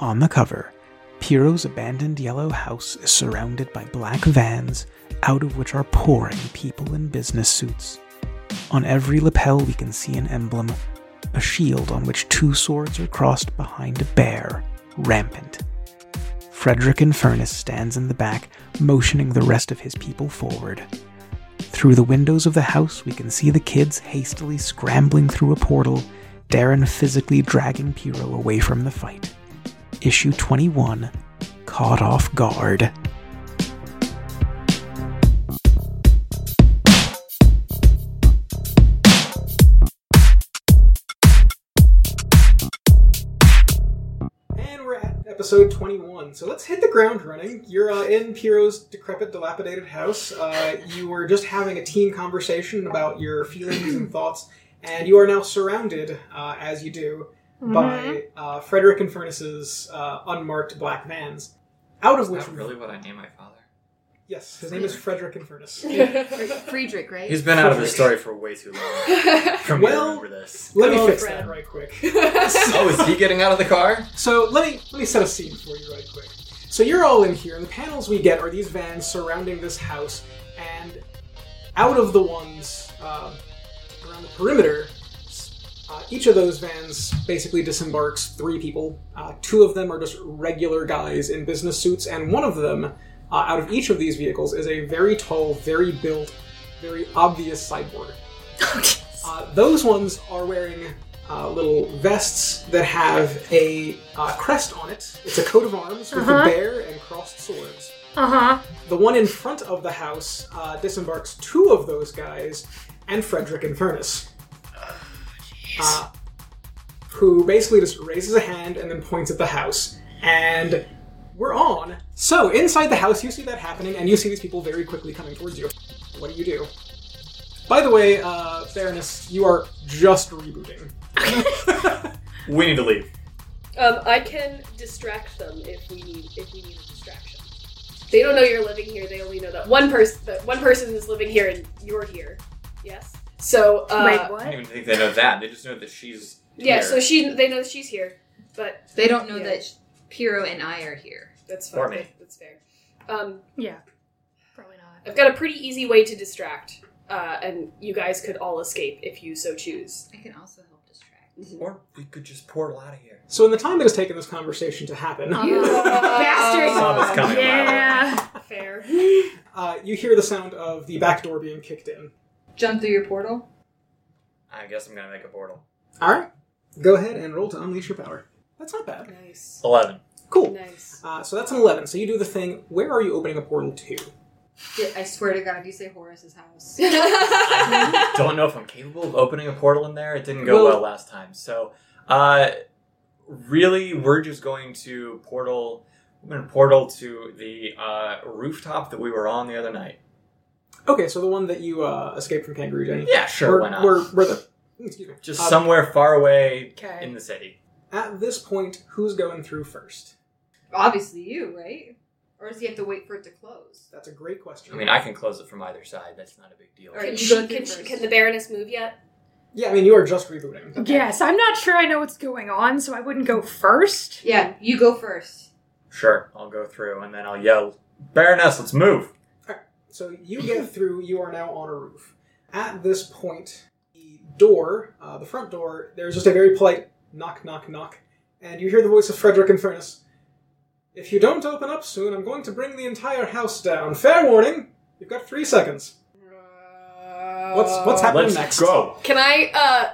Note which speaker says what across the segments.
Speaker 1: On the cover, Piero's abandoned yellow house is surrounded by black vans, out of which are pouring people in business suits. On every lapel, we can see an emblem a shield on which two swords are crossed behind a bear, rampant. Frederick Infernus stands in the back, motioning the rest of his people forward. Through the windows of the house, we can see the kids hastily scrambling through a portal, Darren physically dragging Piro away from the fight. Issue 21 Caught Off Guard.
Speaker 2: And we're at episode 21. So let's hit the ground running. You're uh, in Piero's decrepit, dilapidated house. Uh, you were just having a team conversation about your feelings and thoughts, and you are now surrounded, uh, as you do, by uh, Frederick Infernus's uh, unmarked black vans. Out of
Speaker 3: Is
Speaker 2: which,
Speaker 3: that really what I named my father?
Speaker 2: yes, his name is Frederick Infernus.
Speaker 4: Friedrich, right?
Speaker 5: He's been out of his story for way too long. From me to
Speaker 2: Well-
Speaker 5: remember this.
Speaker 2: Let
Speaker 4: Oh,
Speaker 2: me fix
Speaker 4: Fred.
Speaker 2: that right quick.
Speaker 5: Oh, is he getting out of the car?
Speaker 2: So let me let me set a scene for you right quick. So you're all in here, and the panels we get are these vans surrounding this house, and out of the ones uh, around the perimeter, uh, each of those vans basically disembarks three people. Uh, two of them are just regular guys in business suits, and one of them, uh, out of each of these vehicles, is a very tall, very built, very obvious cyborg. Uh, those ones are wearing uh, little vests that have a uh, crest on it. It's a coat of arms with a bear and crossed swords.
Speaker 4: Uh huh.
Speaker 2: The one in front of the house uh, disembarks two of those guys and Frederick Infernus. Uh, who basically just raises a hand and then points at the house. And we're on. So, inside the house, you see that happening, and you see these people very quickly coming towards you. What do you do? By the way, uh, Baroness, you are just rebooting.
Speaker 5: We need to leave.
Speaker 6: Um, I can distract them if we need if we need a distraction. They don't know you're living here. They only know that one person that one person is living here and you're here. Yes. So uh,
Speaker 4: Wait,
Speaker 5: I don't
Speaker 4: what?
Speaker 5: even think they know that. They just know that she's.
Speaker 6: yeah.
Speaker 5: here.
Speaker 6: So she they know she's here, but
Speaker 7: They don't know
Speaker 6: Yeah.
Speaker 7: that Piero and I are here.
Speaker 6: that's
Speaker 5: Or
Speaker 6: fine.
Speaker 5: me.
Speaker 6: That's fair. Um,
Speaker 4: Yeah. Probably not.
Speaker 6: I've got a pretty easy way to distract, uh, and you guys could all escape if you so choose.
Speaker 7: I can also help distract.
Speaker 5: Or we could just portal out of here.
Speaker 2: So, in the time it has taken this conversation to happen,
Speaker 6: Uh-huh. Um,
Speaker 5: Saw this coming.
Speaker 4: Yeah.
Speaker 6: Fair.
Speaker 2: uh, you hear the sound of the back door being kicked in.
Speaker 7: Jump through your portal.
Speaker 5: I guess I'm gonna make a portal.
Speaker 2: All right, go ahead and roll to unleash your power. That's not bad.
Speaker 6: Nice.
Speaker 5: Eleven.
Speaker 2: Cool.
Speaker 6: Nice.
Speaker 2: Uh, so that's an eleven. So you do the thing. Where are you opening a portal to?
Speaker 7: Yeah, I swear to God, you say Horace's house.
Speaker 5: Don't know if I'm capable of opening a portal in there. It didn't go
Speaker 2: Well-
Speaker 5: well last time. So, uh, really, we're just going to portal. We're gonna portal to the uh, rooftop that we were on the other night.
Speaker 2: Okay, so the one that you uh, escaped from Kangaroo Jenny.
Speaker 5: Yeah, sure.
Speaker 2: We're,
Speaker 5: why not?
Speaker 2: We're, we're the. Excuse me.
Speaker 5: just
Speaker 2: Uh,
Speaker 5: somewhere far away
Speaker 4: Okay.
Speaker 5: in the city.
Speaker 2: At this point, who's going through first?
Speaker 7: Obviously, you, right? Or does he have to wait for it to close?
Speaker 2: That's a great question.
Speaker 5: I mean, I can close it from either side. That's not a big deal.
Speaker 6: All right.
Speaker 7: you
Speaker 6: she-
Speaker 7: go through
Speaker 6: can, she-
Speaker 7: first?
Speaker 6: can the Baroness move yet?
Speaker 2: yeah, I mean, you are just rebooting.
Speaker 4: Yes, I'm not sure I know what's going on, so I wouldn't go first.
Speaker 7: Yeah, you go first.
Speaker 5: Sure, I'll go through and then I'll yell, Baroness, let's move.
Speaker 2: So you get through, you are now on a roof. At this point, the door, uh, the front door, there's just a very polite knock, knock, knock, and you hear the voice of Frederick Infernus. If you don't open up soon, I'm going to bring the entire house down. Fair warning, you've got three seconds. What's what's happening
Speaker 5: Let's
Speaker 2: next?
Speaker 5: go.
Speaker 6: Can I, uh,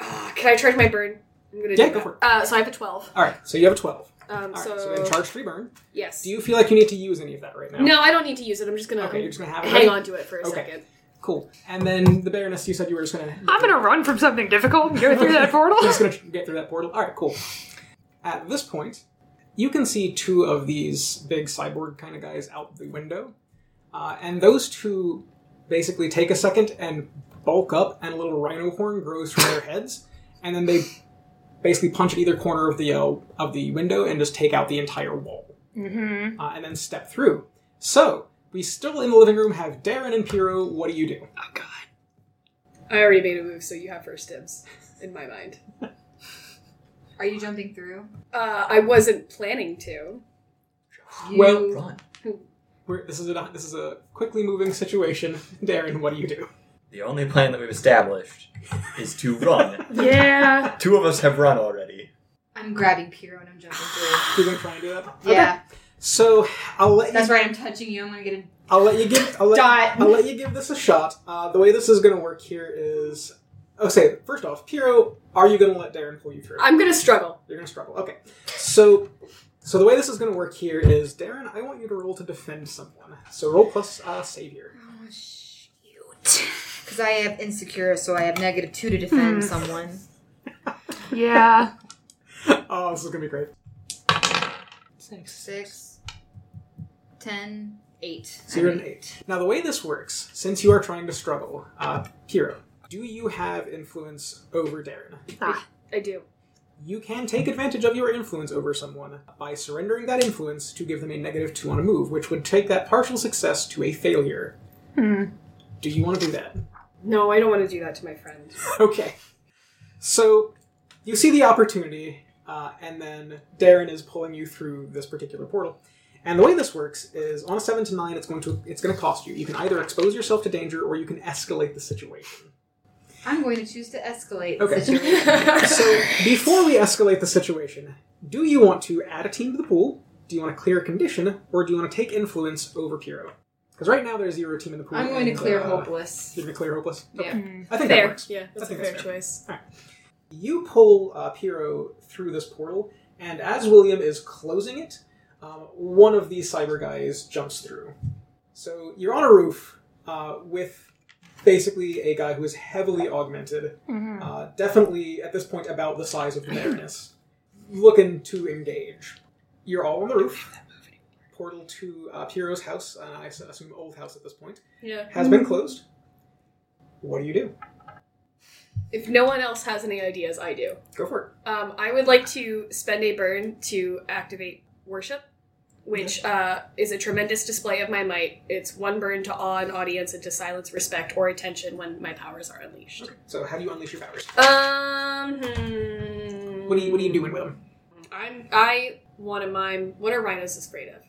Speaker 6: ah, can I charge my burn? I'm gonna
Speaker 2: Yeah,
Speaker 6: do
Speaker 2: go
Speaker 6: that.
Speaker 2: for it.
Speaker 6: Uh, so I have a 12.
Speaker 2: All right, so you have a twelve.
Speaker 6: Um,
Speaker 2: All right,
Speaker 6: so,
Speaker 2: so, then charge free burn.
Speaker 6: yes.
Speaker 2: Do you feel like you need to use any of that right now?
Speaker 6: No, I don't need to use it. I'm just gonna
Speaker 2: Okay, you're just gonna have it.
Speaker 6: hang on to it for a
Speaker 2: Okay.
Speaker 6: second.
Speaker 2: Cool. And then the Baroness, you said you were just gonna.
Speaker 4: I'm gonna run from something difficult and go through that portal.
Speaker 2: I'm just gonna get through that portal. All right, cool. At this point, you can see two of these big cyborg kind of guys out the window, uh, and those two basically take a second and bulk up, and a little rhino horn grows from their heads, and then they basically punch at either corner of the uh, of the window and just take out the entire wall,
Speaker 4: Mm-hmm.
Speaker 2: uh, and then step through. So we still in the living room have Darren and Piero. What do you do?
Speaker 6: I already made a move, so you have first dibs in my mind.
Speaker 7: Are you jumping through?
Speaker 6: Uh, I wasn't planning to.
Speaker 7: You,
Speaker 2: Well-
Speaker 5: Run.
Speaker 2: We're, this is a this is a quickly moving situation. Darren, what do you do?
Speaker 5: The only plan that we've established is to run.
Speaker 4: Yeah.
Speaker 5: Two of us have run already.
Speaker 7: I'm grabbing Piero and I'm jumping through.
Speaker 2: You're gonna try and do that. Okay.
Speaker 7: Yeah,
Speaker 2: So I'll let you
Speaker 7: that's right. I'm touching you. I'm gonna get a
Speaker 2: I'll let you give I'll let,
Speaker 7: dot.
Speaker 2: I'll let you give this a shot. Uh, the way this is gonna work here is okay. First off, Piero, are you gonna let Darren pull you through?
Speaker 6: I'm gonna struggle.
Speaker 2: You're gonna struggle. Okay. So so the way this is gonna work here is Darren, I want you to roll to defend someone. So roll plus uh, savior.
Speaker 7: Oh shoot! Because I have insecure, so I have negative two to defend someone.
Speaker 4: Yeah.
Speaker 2: Oh, this is gonna be great. Thanks.
Speaker 7: Six, ten, eight.
Speaker 2: So you're an eight. Now the way this works, since you are trying to struggle, uh, Piero, do you have influence over Darren?
Speaker 6: I do.
Speaker 2: You can take advantage of your influence over someone by surrendering that influence to give them a negative two on a move, which would take that partial success to a failure. Do you want to do that?
Speaker 6: No, I don't want to do that to my friend.
Speaker 2: Okay. So you see the opportunity, uh, and then Darren is pulling you through this particular portal. And the way this works is on a seven to nine, it's going to it's going to cost you. You can either expose yourself to danger or you can escalate the situation.
Speaker 7: I'm going to choose to escalate
Speaker 2: Okay.
Speaker 7: the situation.
Speaker 2: So before we escalate the situation, do you want to add a team to the pool? Do you want to clear a condition, or do you want to take influence over Piero? Because right now there's zero team in the pool.
Speaker 7: I'm going to
Speaker 2: and,
Speaker 7: clear
Speaker 2: uh,
Speaker 7: hopeless.
Speaker 2: You're going to clear hopeless.
Speaker 7: Yeah.
Speaker 2: I think that
Speaker 6: Fair.
Speaker 2: works.
Speaker 3: Yeah,
Speaker 2: I
Speaker 3: that's a
Speaker 2: think that's
Speaker 3: fair
Speaker 2: fair.
Speaker 3: choice.
Speaker 2: You pull uh, Piero through this portal, and as William is closing it, um, one of these cyber guys jumps through. So you're on a roof uh, with basically a guy who is heavily augmented, uh, definitely at this point about the size of the Baroness, looking to engage. You're all on the roof. Portal to uh, Piero's house, uh, I s- assume old house at this point,
Speaker 3: Yeah.
Speaker 2: has been closed. What do you do?
Speaker 6: If no one else has any ideas, I do.
Speaker 2: Go for it.
Speaker 6: Um, I would like to spend a burn to activate worship, which uh, is a tremendous display of my might. It's one burn to awe an audience and to silence respect or attention when my powers are unleashed.
Speaker 2: So how do you unleash your powers?
Speaker 6: Um, hmm.
Speaker 2: What are you What are you doing with them?
Speaker 6: I'm. I want to mime. What are rhinos afraid of?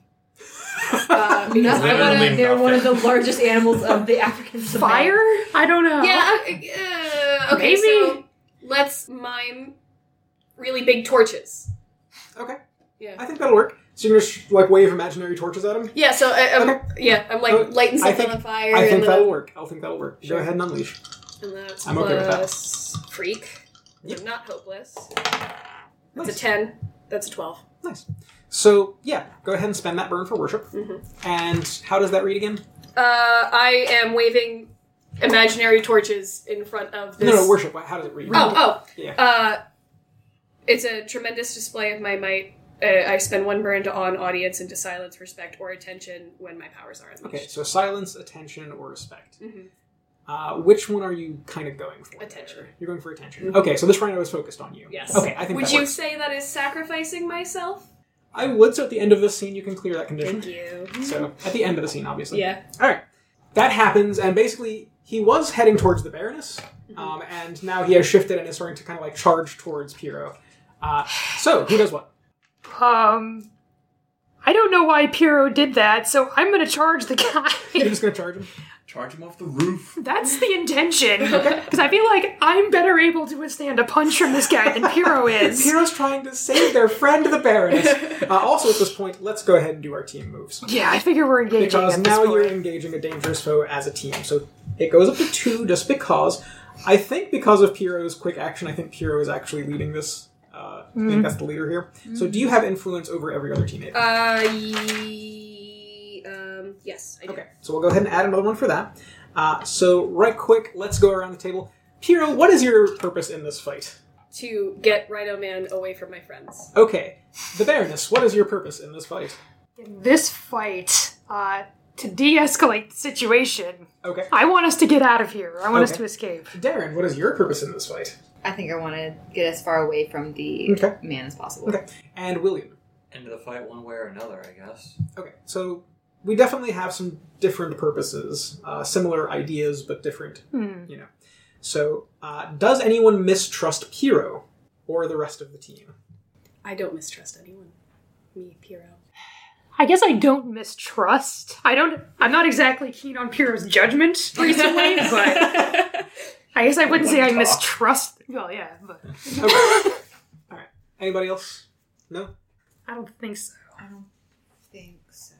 Speaker 6: Uh, because I want
Speaker 5: Literally
Speaker 6: to.
Speaker 5: they're one of the
Speaker 7: largest animals of the African
Speaker 4: Fire? I don't know.
Speaker 6: Yeah. Uh, okay.
Speaker 4: Maybe.
Speaker 6: So let's mime really big torches.
Speaker 2: Okay.
Speaker 6: Yeah.
Speaker 2: I think that'll work. So you're gonna sh- like wave imaginary torches at him.
Speaker 6: Yeah. So I, I'm. Yeah. I'm
Speaker 2: Oh,
Speaker 6: like lighting
Speaker 2: I
Speaker 6: something
Speaker 2: think-
Speaker 6: on fire.
Speaker 2: I think
Speaker 6: and then
Speaker 2: that'll work. I think that'll work. Go ahead and unleash.
Speaker 6: And that's
Speaker 2: I'm okay with that.
Speaker 6: plus freak.
Speaker 2: Yep.
Speaker 6: I'm not hopeless. That's
Speaker 2: Nice.
Speaker 6: a ten. That's a twelve.
Speaker 2: nice. So yeah, go ahead and spend that burn for worship.
Speaker 6: Mhm.
Speaker 2: And how does that read again?
Speaker 6: Uh, I am waving imaginary torches in front of this.
Speaker 2: No, no, worship. How does it read?
Speaker 6: Oh, oh.
Speaker 2: Yeah.
Speaker 6: Uh, it's a tremendous display of my might. Uh, I spend one burn to awe an audience and to silence respect or attention when my powers are
Speaker 2: Okay,
Speaker 6: unleashed.
Speaker 2: so silence, attention, or respect.
Speaker 6: Mhm.
Speaker 2: Uh, which one are you kind of going for?
Speaker 6: Attention. Mm-hmm.
Speaker 2: You're going for attention. Okay, so this rhino is focused on you.
Speaker 6: Yes.
Speaker 2: Okay, I think
Speaker 6: Would
Speaker 2: that
Speaker 6: you
Speaker 2: works.
Speaker 6: say that is sacrificing myself?
Speaker 2: I would. So at the end of this scene, you can clear that condition.
Speaker 6: Thank you.
Speaker 2: So at the end of the scene, obviously.
Speaker 6: Yeah.
Speaker 2: All right. That happens, and basically, he was heading towards the Baroness, um, and now he has shifted and is starting to kind of like charge towards Piero. Uh, so, who does what?
Speaker 4: Um, I don't know why Piero did that, so I'm gonna charge the
Speaker 2: You're
Speaker 4: guy.
Speaker 2: just going to charge him?
Speaker 5: Charge him off the roof.
Speaker 4: That's the intention. Because I feel like I'm better able to withstand a punch from this guy than Piero is.
Speaker 2: Piero's trying to save their friend, the Baroness. Uh, also, at this point, let's go ahead and do our team moves.
Speaker 4: Yeah, I figure we're engaging
Speaker 2: Because
Speaker 4: at this
Speaker 2: now you're
Speaker 4: point.
Speaker 2: engaging a dangerous foe as a team. So it goes up to two just because. I think because of Piero's quick action, I think Piero is actually leading this. Uh, I think that's the leader here. So do you have influence over every other teammate?
Speaker 6: Uh, ye- um, yes, I do.
Speaker 2: Okay, so we'll go ahead and add another one for that. Uh, so, right quick, let's go around the table. Piero, what is your purpose in this fight?
Speaker 6: To get Rhino Man away from my friends.
Speaker 2: Okay, the Baroness, what is your purpose in this fight?
Speaker 4: In this fight, uh, to de escalate the situation,
Speaker 2: Okay.
Speaker 4: I want us to get out of here. I want us
Speaker 2: Okay.
Speaker 4: to escape.
Speaker 2: Darren, what is your purpose in this fight?
Speaker 7: I think I want to get as far away from the
Speaker 2: Okay.
Speaker 7: man as possible.
Speaker 2: Okay. And William.
Speaker 5: End of the fight one way or another, I guess.
Speaker 2: Okay, so we definitely have some different purposes, uh, similar
Speaker 4: Hmm.
Speaker 2: ideas, but different, you know. So, uh, does anyone mistrust Piero? or the rest of the team.
Speaker 6: I don't mistrust anyone. Me, Piero.
Speaker 4: I guess I don't mistrust. I don't. I'm not exactly keen on Piero's judgment recently, but I guess I wouldn't say I mistrust. Well, yeah, but
Speaker 2: Okay. All right. Anybody else? No.
Speaker 4: I don't think so.
Speaker 7: I don't think so.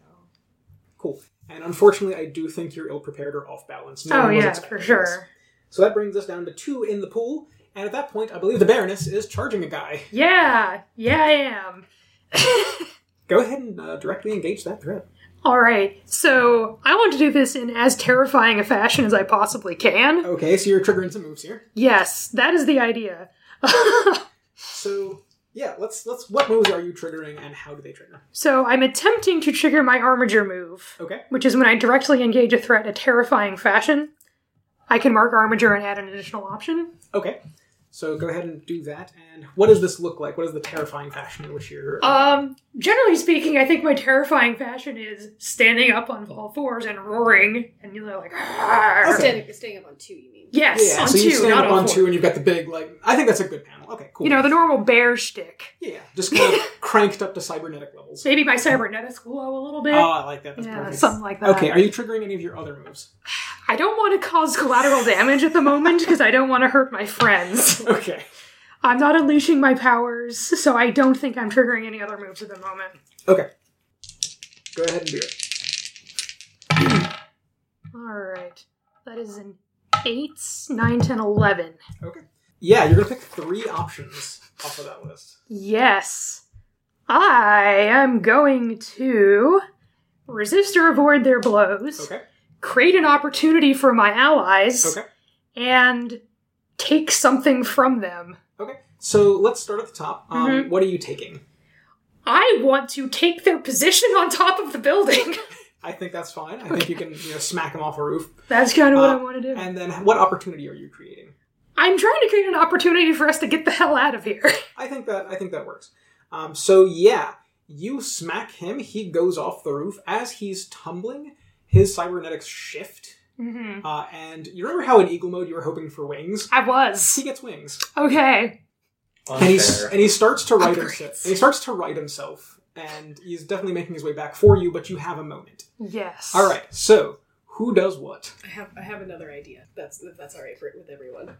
Speaker 2: Cool. And unfortunately, I do think you're ill prepared or off balance. No
Speaker 4: oh
Speaker 2: one was
Speaker 4: yeah,
Speaker 2: expecting
Speaker 4: for
Speaker 2: this.
Speaker 4: sure.
Speaker 2: So that brings us down to two in the pool. And at that point, I believe the Baroness is charging a guy.
Speaker 4: Yeah, yeah, I am.
Speaker 2: Go ahead and uh, directly engage that threat.
Speaker 4: All right, so I want to do this in as terrifying a fashion as I possibly can.
Speaker 2: Okay, so you're triggering some moves here.
Speaker 4: Yes, that is the idea.
Speaker 2: So yeah, let's let's. What moves are you triggering, and how do they trigger?
Speaker 4: so I'm attempting to trigger my armiger move.
Speaker 2: Okay.
Speaker 4: which is when I directly engage a threat in a terrifying fashion. I can mark Armiger and add an additional option.
Speaker 2: Okay. So go ahead and do that. And what does this look like? What is the terrifying fashion in which you're?
Speaker 4: Um, generally speaking, I think my terrifying fashion is standing up on all fours and roaring, and you're like, "Arr."
Speaker 2: Okay.
Speaker 6: Standing, standing up on two, you mean?
Speaker 4: yes,
Speaker 2: yeah.
Speaker 4: on
Speaker 2: so
Speaker 4: two,
Speaker 2: you stand
Speaker 4: not
Speaker 2: up on
Speaker 4: four.
Speaker 2: two, and you've got the big like. I think that's a good panel. Okay, cool.
Speaker 4: You know, the normal bear shtick.
Speaker 2: yeah, just kind of cranked up to cybernetic levels.
Speaker 4: Maybe my cybernetics glow a little bit.
Speaker 2: Oh, I like that. That's
Speaker 4: yeah,
Speaker 2: perfect.
Speaker 4: something like that.
Speaker 2: Okay, are you triggering any of your other moves?
Speaker 4: I don't want to cause collateral damage at the moment because I don't want to hurt my friends.
Speaker 2: Okay.
Speaker 4: I'm not unleashing my powers, so I don't think I'm triggering any other moves at the moment.
Speaker 2: Okay. Go ahead and do it.
Speaker 4: All right. That is an 8, 9, 10, 11.
Speaker 2: Okay. Yeah, you're gonna pick three options off of that list.
Speaker 4: Yes. I am going to resist or avoid their blows,
Speaker 2: Okay.
Speaker 4: create an opportunity for my allies,
Speaker 2: Okay.
Speaker 4: and take something from them.
Speaker 2: Okay. So let's start at the top. Um, What are you taking?
Speaker 4: I want to take their position on top of the building.
Speaker 2: I think that's fine. I think you can you know smack him off a roof.
Speaker 4: That's kind of what I
Speaker 2: Uh,
Speaker 4: want to do.
Speaker 2: And then what opportunity are you creating?
Speaker 4: I'm trying to create an opportunity for us to get the hell out of here.
Speaker 2: I think that I think that works. Um, so yeah, you smack him. He goes off the roof as he's tumbling. His cybernetics shift,
Speaker 4: mm-hmm.
Speaker 2: uh, and you remember how in eagle mode you were hoping for wings.
Speaker 4: I
Speaker 2: He
Speaker 4: was.
Speaker 2: gets wings,
Speaker 4: Okay.
Speaker 2: and he s-
Speaker 5: Unfair.
Speaker 2: and he starts to right
Speaker 4: Upgrades.
Speaker 2: himself. And he starts to right himself, and he's definitely making his way back for you. But you have a moment.
Speaker 4: Yes.
Speaker 2: All right. So who does what?
Speaker 6: I have I have another idea. That's if that's all right for with everyone.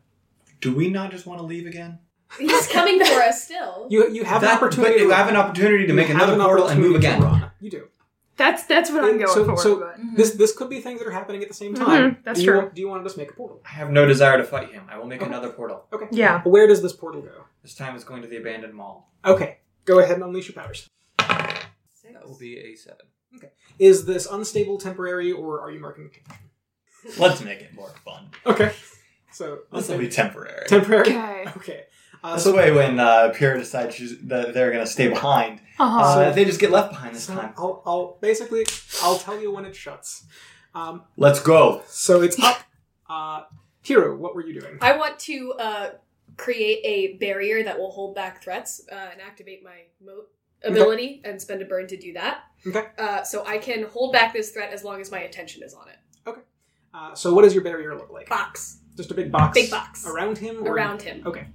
Speaker 5: Do we not just want to leave again?
Speaker 6: He's coming for us still.
Speaker 2: You you have an
Speaker 5: That-
Speaker 2: opportunity.
Speaker 5: But you
Speaker 2: to
Speaker 5: have an
Speaker 2: run.
Speaker 5: opportunity to
Speaker 2: You
Speaker 5: make
Speaker 2: have
Speaker 5: another
Speaker 2: an
Speaker 5: portal and move
Speaker 2: opportunity to
Speaker 5: again.
Speaker 2: run. You do.
Speaker 4: That's that's what I'm
Speaker 2: Yeah,
Speaker 4: going
Speaker 2: so-
Speaker 4: for.
Speaker 2: so-
Speaker 4: but-
Speaker 2: This this could be things that are happening at the same time.
Speaker 4: Mhm, that's
Speaker 2: do you
Speaker 4: true.
Speaker 2: want- do you want to just make a portal?
Speaker 5: I have no desire to fight him. I will make
Speaker 2: Okay.
Speaker 5: another portal.
Speaker 2: Okay.
Speaker 4: Yeah.
Speaker 2: Where does this portal go?
Speaker 5: This time it's going to the abandoned mall.
Speaker 2: Okay. Go ahead and unleash your powers.
Speaker 7: Six.
Speaker 5: That will be a seven.
Speaker 2: Is this unstable, temporary, or are you marking?
Speaker 5: Let's make it more fun.
Speaker 2: Okay. So
Speaker 5: This will be temporary.
Speaker 2: temporary.
Speaker 4: Okay.
Speaker 2: Okay. Uh,
Speaker 5: That's
Speaker 2: so
Speaker 5: the way when uh, Pyrrha decides she's, that they're going to stay behind.
Speaker 4: Uh-huh.
Speaker 5: Uh, they just get left behind this
Speaker 2: so
Speaker 5: time.
Speaker 2: I'll, I'll basically I'll tell you when it shuts. Um,
Speaker 5: Let's go.
Speaker 2: so it's up. Uh, Hiro, what were you doing?
Speaker 6: I want to uh, create a barrier that will hold back threats uh, and activate my moat ability and spend a burn to do that.
Speaker 2: Okay.
Speaker 6: Uh, so I can hold back this threat as long as my attention is on it.
Speaker 2: Uh, so what does your barrier look like?
Speaker 6: Box
Speaker 2: Just a big box.
Speaker 6: Big box.
Speaker 2: around him. Or
Speaker 6: around him.
Speaker 2: Okay.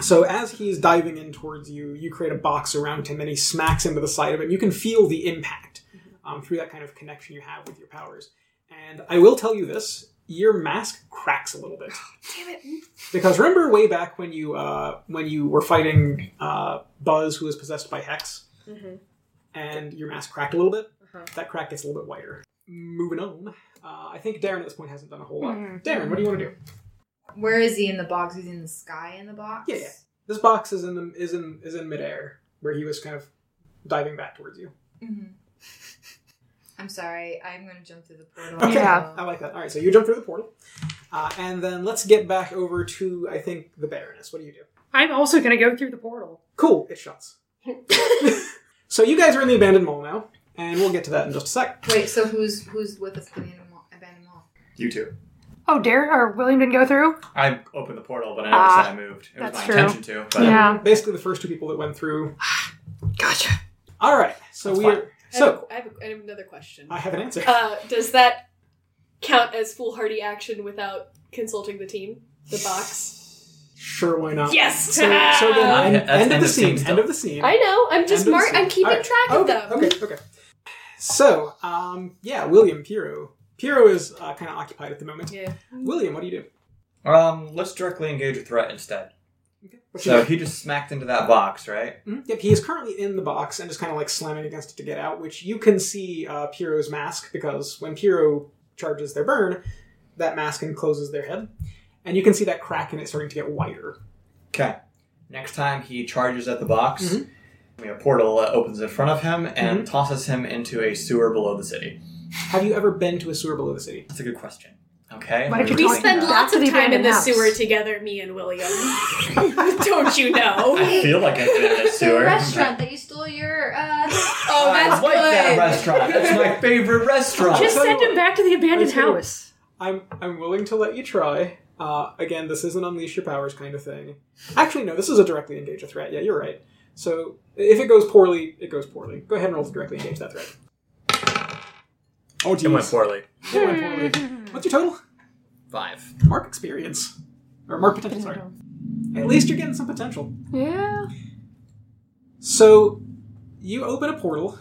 Speaker 2: So as he's diving in towards you, you create a box around him, and he smacks into the side of him. You can feel the impact
Speaker 6: Mm-hmm.
Speaker 2: um, through that kind of connection you have with your powers. And I will tell you this: your mask cracks a little bit
Speaker 6: Damn it!
Speaker 2: because remember way back when you uh, when you were fighting uh, Buzz, who was possessed by Hex,
Speaker 6: Mhm.
Speaker 2: and your mask cracked a little bit.
Speaker 6: Uh-huh.
Speaker 2: That crack gets a little bit wider. Moving on, uh, I think Darren at this point hasn't done a whole lot.
Speaker 4: Mhm.
Speaker 2: Darren, what do you want to do?
Speaker 7: Where is he in the box? He's in the sky in the box.
Speaker 2: Yeah, yeah. This box is in the, is in is in midair where he was kind of diving back towards you.
Speaker 7: hmm I'm sorry. I'm gonna jump through the portal.
Speaker 2: Okay,
Speaker 4: Yeah.
Speaker 2: I like that. All right, so you jump through the portal, uh, and then let's get back over to I think the Baroness. What do you do?
Speaker 4: I'm also going to go through the portal.
Speaker 2: Cool, it shuts. so you guys are in the abandoned mall now, and we'll get to that in just a sec.
Speaker 7: Wait. So who's who's with us at the abandoned mall? Abandoned mall?
Speaker 5: You too.
Speaker 4: Oh, Darren or William didn't go through.
Speaker 5: I opened the portal, but I never
Speaker 4: Ah,
Speaker 5: said I moved. It was
Speaker 4: that's
Speaker 5: my
Speaker 4: true.
Speaker 5: intention to. But
Speaker 4: Yeah.
Speaker 2: Basically, the first two people that went through.
Speaker 4: Gotcha.
Speaker 2: All right, so
Speaker 5: That's
Speaker 2: we are.
Speaker 6: I have,
Speaker 2: So
Speaker 6: a, I, have a, I have another question.
Speaker 2: I have an answer.
Speaker 6: Uh, does that count as foolhardy action without consulting the team? The box?
Speaker 2: Sure, why not?
Speaker 6: Yes!
Speaker 2: So, so then,
Speaker 5: Not
Speaker 2: end,
Speaker 5: yet. That's
Speaker 2: end of
Speaker 5: end
Speaker 2: the
Speaker 5: of scene
Speaker 2: scene. End
Speaker 5: still.
Speaker 2: of the scene.
Speaker 6: I know. I'm just
Speaker 2: End of the
Speaker 6: mark.
Speaker 2: scene.
Speaker 6: I'm keeping
Speaker 2: Alright.
Speaker 6: track of
Speaker 2: okay,
Speaker 6: them.
Speaker 2: Okay, okay. So, um, yeah, William Piero. Piero is uh, kind of occupied at the moment.
Speaker 6: Yeah.
Speaker 2: William, what do you do?
Speaker 5: Um, let's directly engage a threat instead.
Speaker 2: Okay. What you
Speaker 5: So
Speaker 2: do?
Speaker 5: he just smacked into that box, right?
Speaker 2: Mhm. Yep, he is currently in the box and is kind of like slamming against it to get out, which you can see uh, Piero's mask because when Piero charges their burn, that mask encloses their head. And you can see that crack in it starting to get wider.
Speaker 5: Okay. Next time he charges at the box,
Speaker 2: Mhm.
Speaker 5: I
Speaker 4: Mm-hmm.
Speaker 5: mean, a portal uh, opens in front of him and tosses him into a sewer below the city.
Speaker 2: Have you ever been to a sewer below the city?
Speaker 5: That's a good question. Okay.
Speaker 4: What if
Speaker 5: we
Speaker 4: you
Speaker 6: We
Speaker 5: were
Speaker 4: talking
Speaker 6: spend
Speaker 4: about?
Speaker 6: lots
Speaker 4: That's
Speaker 6: of
Speaker 4: what they
Speaker 6: time
Speaker 4: do
Speaker 6: in the
Speaker 4: in the
Speaker 6: sewer
Speaker 4: house.
Speaker 6: together, me and William. Don't you know?
Speaker 5: I feel like I've been in a
Speaker 3: The
Speaker 5: sewer.
Speaker 3: restaurant that you stole your. Uh,
Speaker 6: Oh,
Speaker 5: I
Speaker 8: Um,
Speaker 6: that's
Speaker 5: like that
Speaker 6: good.
Speaker 5: restaurant. That's my favorite restaurant.
Speaker 4: Just
Speaker 2: tell you
Speaker 4: send him
Speaker 2: what.
Speaker 4: back to the abandoned
Speaker 2: Let's do it.
Speaker 4: house.
Speaker 2: I'm I'm willing to let you try. Uh, again, this is an unleash your powers kind of thing. Actually, no, this is a directly engage a threat. Yeah, you're right. So if it goes poorly, it goes poorly. Go ahead and roll to directly engage that threat. Oh, geez.
Speaker 5: It went poorly.
Speaker 2: It went poorly. What's your total?
Speaker 5: Five.
Speaker 2: Mark experience or mark potential? Sorry. At least you're getting some potential.
Speaker 4: Yeah.
Speaker 2: So you open a portal.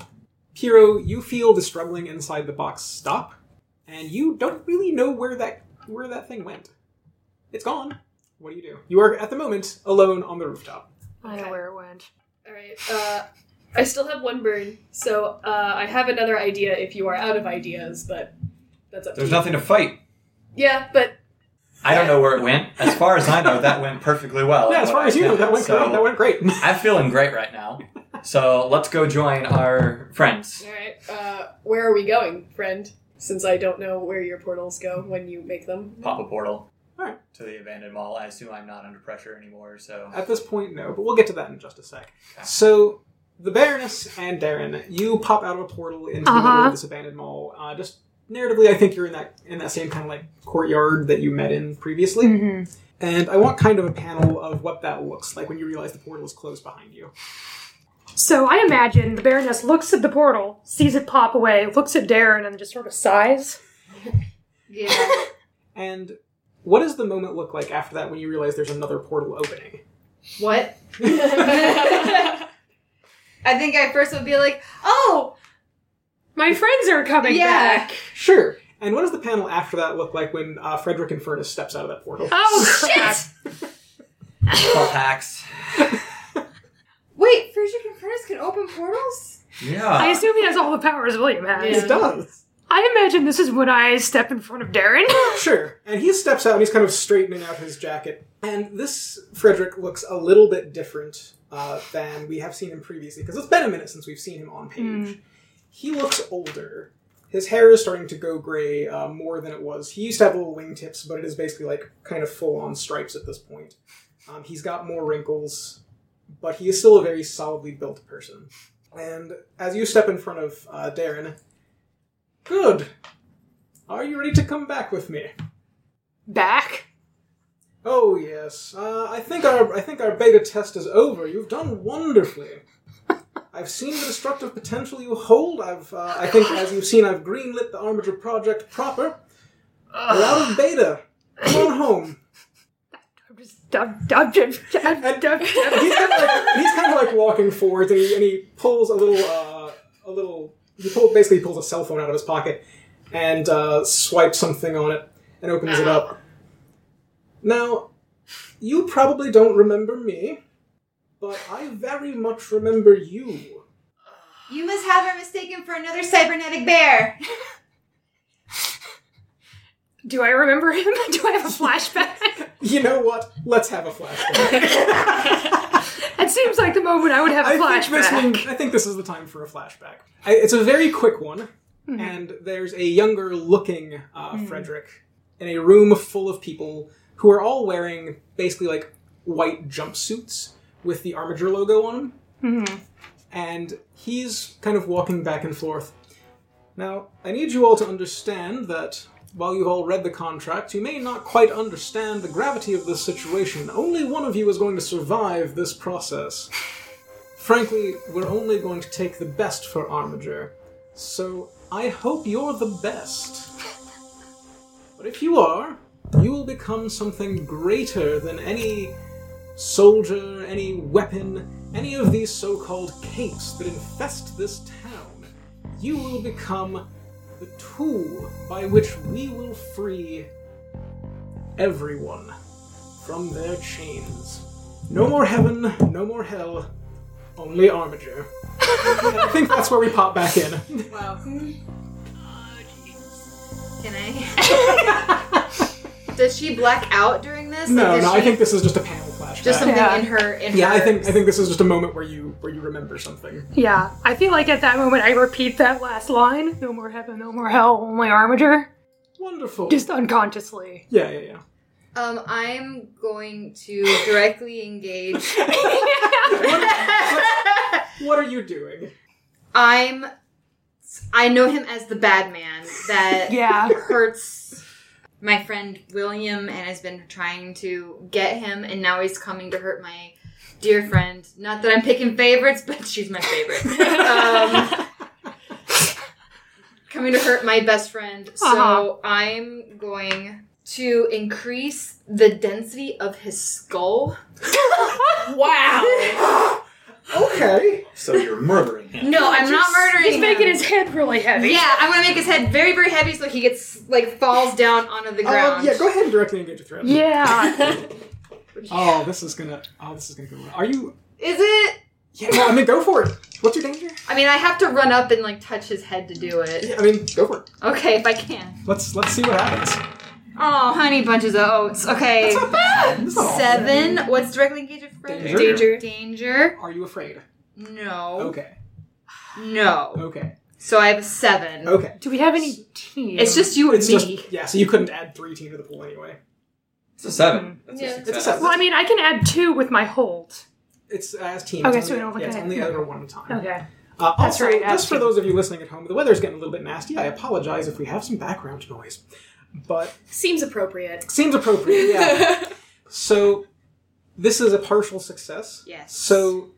Speaker 2: Piero, you feel the struggling inside the box stop, and you don't really know where that where that thing went. It's gone. What do you do? You are at the moment alone on the rooftop.
Speaker 4: I know where it went.
Speaker 6: Alright, uh, I still have one burn, so uh, I have another idea if you are out of ideas, but that's up
Speaker 5: There's
Speaker 6: to you.
Speaker 5: nothing to fight.
Speaker 6: Yeah, but
Speaker 5: I don't know where it went. As far as I know, that went perfectly
Speaker 8: Oh,
Speaker 5: well.
Speaker 2: yeah, as far as you know, that went
Speaker 5: So,
Speaker 2: great. That went great.
Speaker 5: I'm feeling great right now. So let's go join our friends.
Speaker 6: alright, uh, where are we going, friend? Since I don't know where your portals go when you make them.
Speaker 5: Pop a portal.
Speaker 2: Alright.
Speaker 5: To the abandoned mall. I assume I'm not under pressure anymore, so.
Speaker 2: At this point, no, but we'll get to that in just a sec. So, the Baroness and Darren, you pop out of a portal into the middle
Speaker 4: Uh-huh.
Speaker 2: of this abandoned mall. Uh, just narratively, I think you're in that in that same kind of like courtyard that you met in previously.
Speaker 4: Mm-hmm.
Speaker 2: And I want kind of a panel of what that looks like when you realize the portal is closed behind you.
Speaker 4: So I imagine the Baroness looks at the portal, sees it pop away, looks at Darren, and just sort of sighs.
Speaker 7: Yeah.
Speaker 2: And what does the moment look like after that when you realize there's another portal opening?
Speaker 7: What? I think I first would be like, oh,
Speaker 4: My friends are coming
Speaker 7: Yeah.
Speaker 4: back.
Speaker 2: Sure. And what does the panel after that look like when uh, Frederick Infernus steps out of that portal?
Speaker 4: Oh crap!
Speaker 5: Called hacks.
Speaker 7: wait, Frasier and Furnace can open portals?
Speaker 5: Yeah.
Speaker 4: I assume he has all the powers William has.
Speaker 6: Yeah.
Speaker 2: It does.
Speaker 4: I imagine this is when I step in front of Darren.
Speaker 2: Sure. And he steps out and he's kind of straightening out his jacket. And this Frederick looks a little bit different uh, than we have seen him previously, because it's been a minute since we've seen him on page. He looks older. His hair is starting to go gray uh, more than it was. He used to have little wingtips, but it is basically like kind of full on stripes at this point. Um, he's got more wrinkles, but he is still a very solidly built person. And as you step in front of uh, Darren, good. Are you ready to come back with me?
Speaker 4: back.
Speaker 2: Oh yes, uh, I think our I think our beta test is over. You've done wonderfully. I've seen the destructive potential you hold. I've uh, I think as you've seen, I've greenlit the Armager project proper. We're out of beta. Come on home.
Speaker 4: I'm just dub dub dub dub
Speaker 2: And-
Speaker 4: dub. dub.
Speaker 2: He's kind of like, he's kind of like walking forwards, and he, and he pulls a little uh, a little. He pull, basically pulls a cell phone out of his pocket and uh, swipes something on it and opens it up. Now, you probably don't remember me, but I very much remember you.
Speaker 7: You must have her mistaken for another cybernetic bear.
Speaker 4: Do I remember him? Do I have a flashback?
Speaker 2: You know what? Let's have a flashback.
Speaker 4: it seems like the moment I would have a
Speaker 2: I think this
Speaker 4: flashback.
Speaker 2: one, I think this is the time for a flashback. I, it's a very quick one,
Speaker 4: Mm-hmm.
Speaker 2: and there's a younger looking uh,
Speaker 4: Mm.
Speaker 2: Frederick in a room full of people who are all wearing basically like white jumpsuits with the Armiger logo on them.
Speaker 4: Mm-hmm.
Speaker 2: And he's kind of walking back and forth. Now, I need you all to understand that while you've all read the contract, you may not quite understand the gravity of this situation. Only one of you is going to survive this process. Frankly, we're only going to take the best for Armiger, so I hope you're the best. But if you are, you will become something greater than any soldier, any weapon, any of these so called capes that infest this town, you will become the tool by which we will free everyone from their chains. No more heaven, no more hell, only Armiger. I think that's where we pop back in.
Speaker 7: Wow. Can I? Does she black out during this? Like,
Speaker 2: No,
Speaker 7: does
Speaker 2: no,
Speaker 7: she,
Speaker 2: I think this is just a panel flashback.
Speaker 7: just something
Speaker 4: Yeah.
Speaker 7: in her. In
Speaker 2: yeah,
Speaker 7: her,
Speaker 2: I think I think this is just a moment where you where you remember something.
Speaker 4: Yeah, I feel like at that moment I repeat that last line no more heaven, no more hell, only Armiger.
Speaker 2: Wonderful.
Speaker 4: Just unconsciously.
Speaker 2: yeah, yeah, yeah.
Speaker 7: Um, I'm going to directly engage.
Speaker 2: What are you doing?
Speaker 7: I'm. I know him as the bad man that
Speaker 4: Yeah.
Speaker 7: hurts my friend William and has been trying to get him, and now he's coming to hurt my dear friend. Not that I'm picking favorites, but she's my favorite. um, coming to hurt my best friend.
Speaker 4: Uh-huh.
Speaker 7: So I'm going to increase the density of his skull.
Speaker 6: Wow.
Speaker 2: Okay. Um,
Speaker 5: So you're murdering him.
Speaker 7: No, I'm not murdering
Speaker 4: He's making
Speaker 7: him.
Speaker 4: his head really heavy.
Speaker 7: Yeah, I'm gonna make his head very, very heavy so he gets like falls down onto the ground.
Speaker 2: Um, yeah, go ahead and directly engage with threat.
Speaker 4: Yeah.
Speaker 2: Oh, this is gonna. Oh, this is gonna go. Well. Are you?
Speaker 7: Is it?
Speaker 2: Yeah. No, I mean, go for it. What's your danger?
Speaker 7: I mean, I have to run up and like touch his head to do it.
Speaker 2: Yeah, I mean, go for it.
Speaker 7: Okay, if I can.
Speaker 2: Let's let's see what happens.
Speaker 7: Oh, honey bunches of oats. Okay,
Speaker 2: That's not bad. That's not awful.
Speaker 7: seven. What's directly engaged with friend?
Speaker 5: Danger.
Speaker 6: Danger.
Speaker 7: Danger.
Speaker 2: Are you afraid?
Speaker 7: No.
Speaker 2: Okay.
Speaker 7: No.
Speaker 2: Okay.
Speaker 7: So I have a seven.
Speaker 2: Okay.
Speaker 4: Do we have any tea?
Speaker 7: It's just you and
Speaker 2: Oh. It's
Speaker 7: me.
Speaker 2: just yeah. So you couldn't add three team to the pool anyway.
Speaker 5: It's a seven. That's
Speaker 6: Yeah.
Speaker 5: a
Speaker 6: It's
Speaker 5: success.
Speaker 2: Mm. a seven.
Speaker 4: Well, I mean, I can add two with my hold.
Speaker 2: It's uh, as team.
Speaker 4: Okay,
Speaker 2: it's
Speaker 4: so we
Speaker 2: only-
Speaker 4: don't look
Speaker 2: yeah, it's
Speaker 4: at it.
Speaker 2: only other one at a time.
Speaker 4: Okay.
Speaker 2: Uh,
Speaker 4: That's
Speaker 2: also,
Speaker 4: right, add
Speaker 2: just for
Speaker 4: two.
Speaker 2: those of you listening at home, the weather's getting a little bit nasty. I apologize if we have some background noise, but
Speaker 6: Seems appropriate.
Speaker 2: seems appropriate. Yeah. So this is a partial success.
Speaker 7: Yes.
Speaker 2: So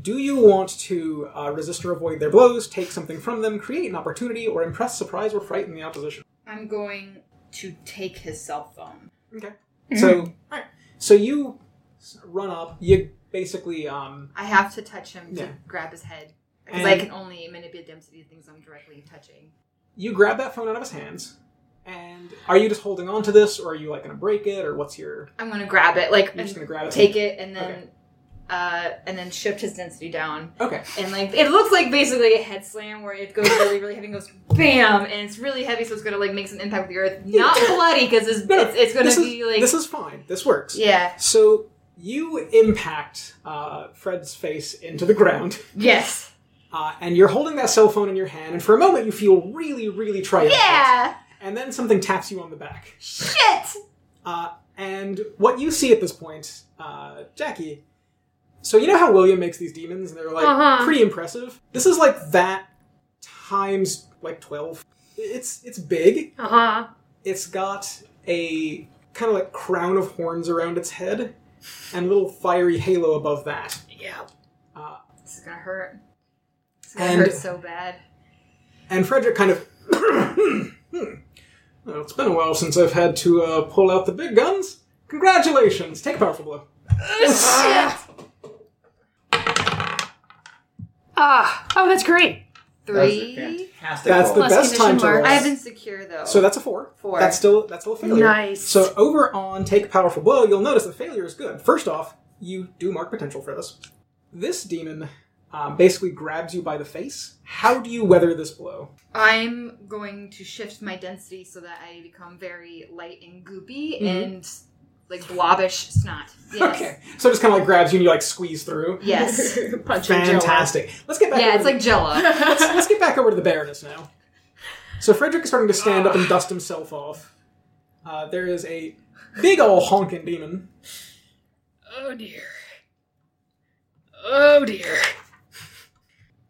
Speaker 2: do you want to uh, resist or avoid their blows, take something from them, create an opportunity, or impress, surprise, or frighten the opposition?
Speaker 7: I'm going to take his cell phone.
Speaker 2: Okay.
Speaker 7: Mm-hmm.
Speaker 2: So all right. So you s- run up. You basically um
Speaker 7: I have to touch him to
Speaker 2: Yeah.
Speaker 7: grab his head because
Speaker 2: And-
Speaker 7: I can only manipulate density of things I'm directly touching.
Speaker 2: you grab that phone out of his hands. And are you just holding on to this, or are you like going to break it, or what's your?
Speaker 7: I'm gonna grab it, like
Speaker 2: You're just gonna grab it.
Speaker 7: take it, and then
Speaker 2: Oh, Okay.
Speaker 7: uh, and then shift his density down.
Speaker 2: Okay.
Speaker 7: And like it looks like basically a head slam where it goes really, really heavy and goes bam, and it's really heavy, so it's gonna like make some impact with the earth. Not bloody because it's,
Speaker 2: No,
Speaker 7: it's it's gonna
Speaker 2: this
Speaker 7: be
Speaker 2: is,
Speaker 7: like
Speaker 2: this is fine. This works.
Speaker 7: yeah,
Speaker 2: So you impact uh, Fred's face into the ground,
Speaker 7: yes,
Speaker 2: uh, and you're holding that cell phone in your hand, and for a moment you feel really, really triumphant.
Speaker 7: yeah,
Speaker 2: And then something taps you on the back.
Speaker 7: shit.
Speaker 2: Uh, and what you see at this point, uh, Jackie. So you know how William makes these demons, and they're like
Speaker 4: Uh-huh.
Speaker 2: pretty impressive. This is like that times like twelve. It's it's big.
Speaker 4: Uh huh.
Speaker 2: It's got a kind of like crown of horns around its head, and a little fiery halo above that.
Speaker 7: Yeah,
Speaker 2: Uh,
Speaker 7: this is gonna hurt. It's gonna
Speaker 2: And-
Speaker 7: hurt so bad.
Speaker 2: And Frederick kind of. hmm. Well, it's been a while since I've had to uh, pull out the big guns. Congratulations! Take a powerful blow.
Speaker 4: Ah. Oh, that's great.
Speaker 5: That was a
Speaker 7: Three.
Speaker 5: fantastic
Speaker 2: That's the
Speaker 5: roll.
Speaker 4: Plus
Speaker 2: best time
Speaker 4: condition
Speaker 2: to
Speaker 4: mark.
Speaker 2: roll.
Speaker 7: I have insecure though.
Speaker 2: So that's a four.
Speaker 7: Four.
Speaker 2: That's still that's still a failure.
Speaker 4: Nice.
Speaker 2: So over on take powerful blow, you'll notice the failure is good. First off, you do mark potential for this. This demon um, basically grabs you by the face. How do you weather this blow?
Speaker 7: I'm going to shift my density so that I become very light and goopy and like blobbish snot. Yes.
Speaker 2: Mm-hmm. Okay. So it just kind of like grabs you and you like squeeze through.
Speaker 7: Yes.
Speaker 6: Punch and Joe.
Speaker 2: Fantastic. Let's get back.
Speaker 7: Yeah,
Speaker 2: over
Speaker 7: it's
Speaker 2: to-
Speaker 7: like Jell-O.
Speaker 2: let's, let's get back over to the Baroness now. So Frederick is starting to stand up and dust himself off. Uh, there is a big ol' honking demon.
Speaker 4: Oh dear. Oh dear.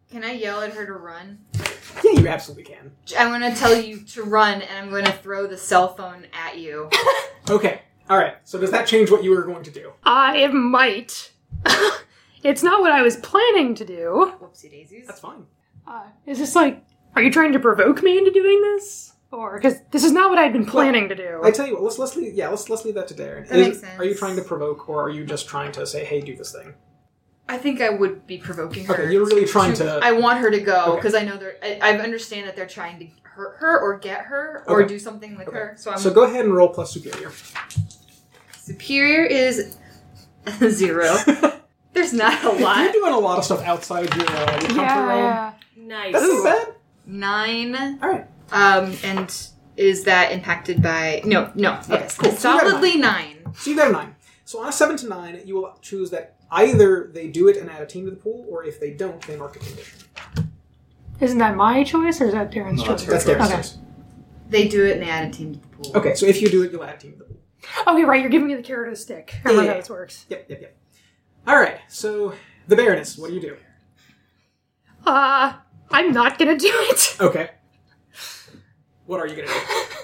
Speaker 7: Can I yell at her to run?
Speaker 2: Yeah, you absolutely can.
Speaker 7: I want to tell you to run, and I'm going to throw the cell phone at you.
Speaker 2: Okay, all right. So does that change what you were going to do?
Speaker 4: Uh, it might. it's not what I was planning to do.
Speaker 7: Whoopsie daisies.
Speaker 2: That's fine.
Speaker 4: Uh, is this like, are you trying to provoke me into doing this? Or because this is not what I'd been planning to do.
Speaker 2: I tell you what, let's let's leave yeah, let's let's leave that to Darren.
Speaker 7: That makes
Speaker 2: Are you
Speaker 7: sense.
Speaker 2: trying to provoke or are you just trying to say, hey, do this thing?
Speaker 7: I think I would be provoking her.
Speaker 2: Okay, you're really trying to-
Speaker 7: I want her to go
Speaker 2: Okay.
Speaker 7: because I know they're. I, I understand that they're trying to hurt her or get her or
Speaker 2: Okay.
Speaker 7: do something with
Speaker 2: Okay.
Speaker 7: her. So I'm
Speaker 2: So go ahead and roll plus superior.
Speaker 7: superior is zero. There's not a
Speaker 2: You're
Speaker 7: lot.
Speaker 2: doing a lot of stuff outside your, uh, your comfort realm.
Speaker 4: yeah.
Speaker 6: Nice.
Speaker 2: That's not bad.
Speaker 7: Nine.
Speaker 2: All right.
Speaker 7: Um, and is that impacted by? No, no. yes,
Speaker 2: cool. So you got a
Speaker 7: solidly nine.
Speaker 2: So you got a nine. So on a seven to nine, you will choose that either they do it and add a team to the pool, or if they don't, they mark a condition.
Speaker 4: Isn't that my choice or is that Darren's
Speaker 5: No,
Speaker 4: choice?
Speaker 5: that's
Speaker 2: That's
Speaker 5: her
Speaker 2: Darren's
Speaker 5: choice.
Speaker 2: choice.
Speaker 7: They do it and they add a team to the pool.
Speaker 2: Okay, so if you do it, you'll add a team to the pool.
Speaker 4: Okay, right. You're giving me the carrot or the stick. I remember
Speaker 2: Yeah.
Speaker 4: how this works.
Speaker 2: Yep, yep, yep. All right. So the Baroness, what do you do?
Speaker 4: Uh, I'm not gonna do it.
Speaker 2: Okay. What are you gonna do?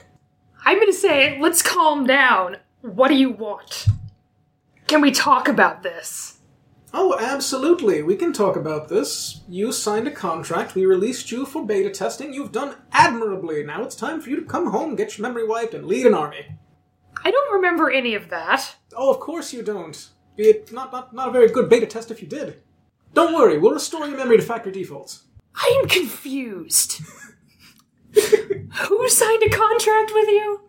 Speaker 4: I'm gonna say, let's calm down. What do you want? Can we talk about this?
Speaker 2: Oh, absolutely. We can talk about this. You signed a contract. We released you for beta testing. You've done admirably. Now it's time for you to come home, get your memory wiped, and lead an army.
Speaker 4: I don't remember any of that.
Speaker 2: Oh, of course you don't. Be it not, not, not a very good beta test if you did. Don't worry, we'll restore your memory to factory defaults.
Speaker 4: I am confused. Who signed a contract with you?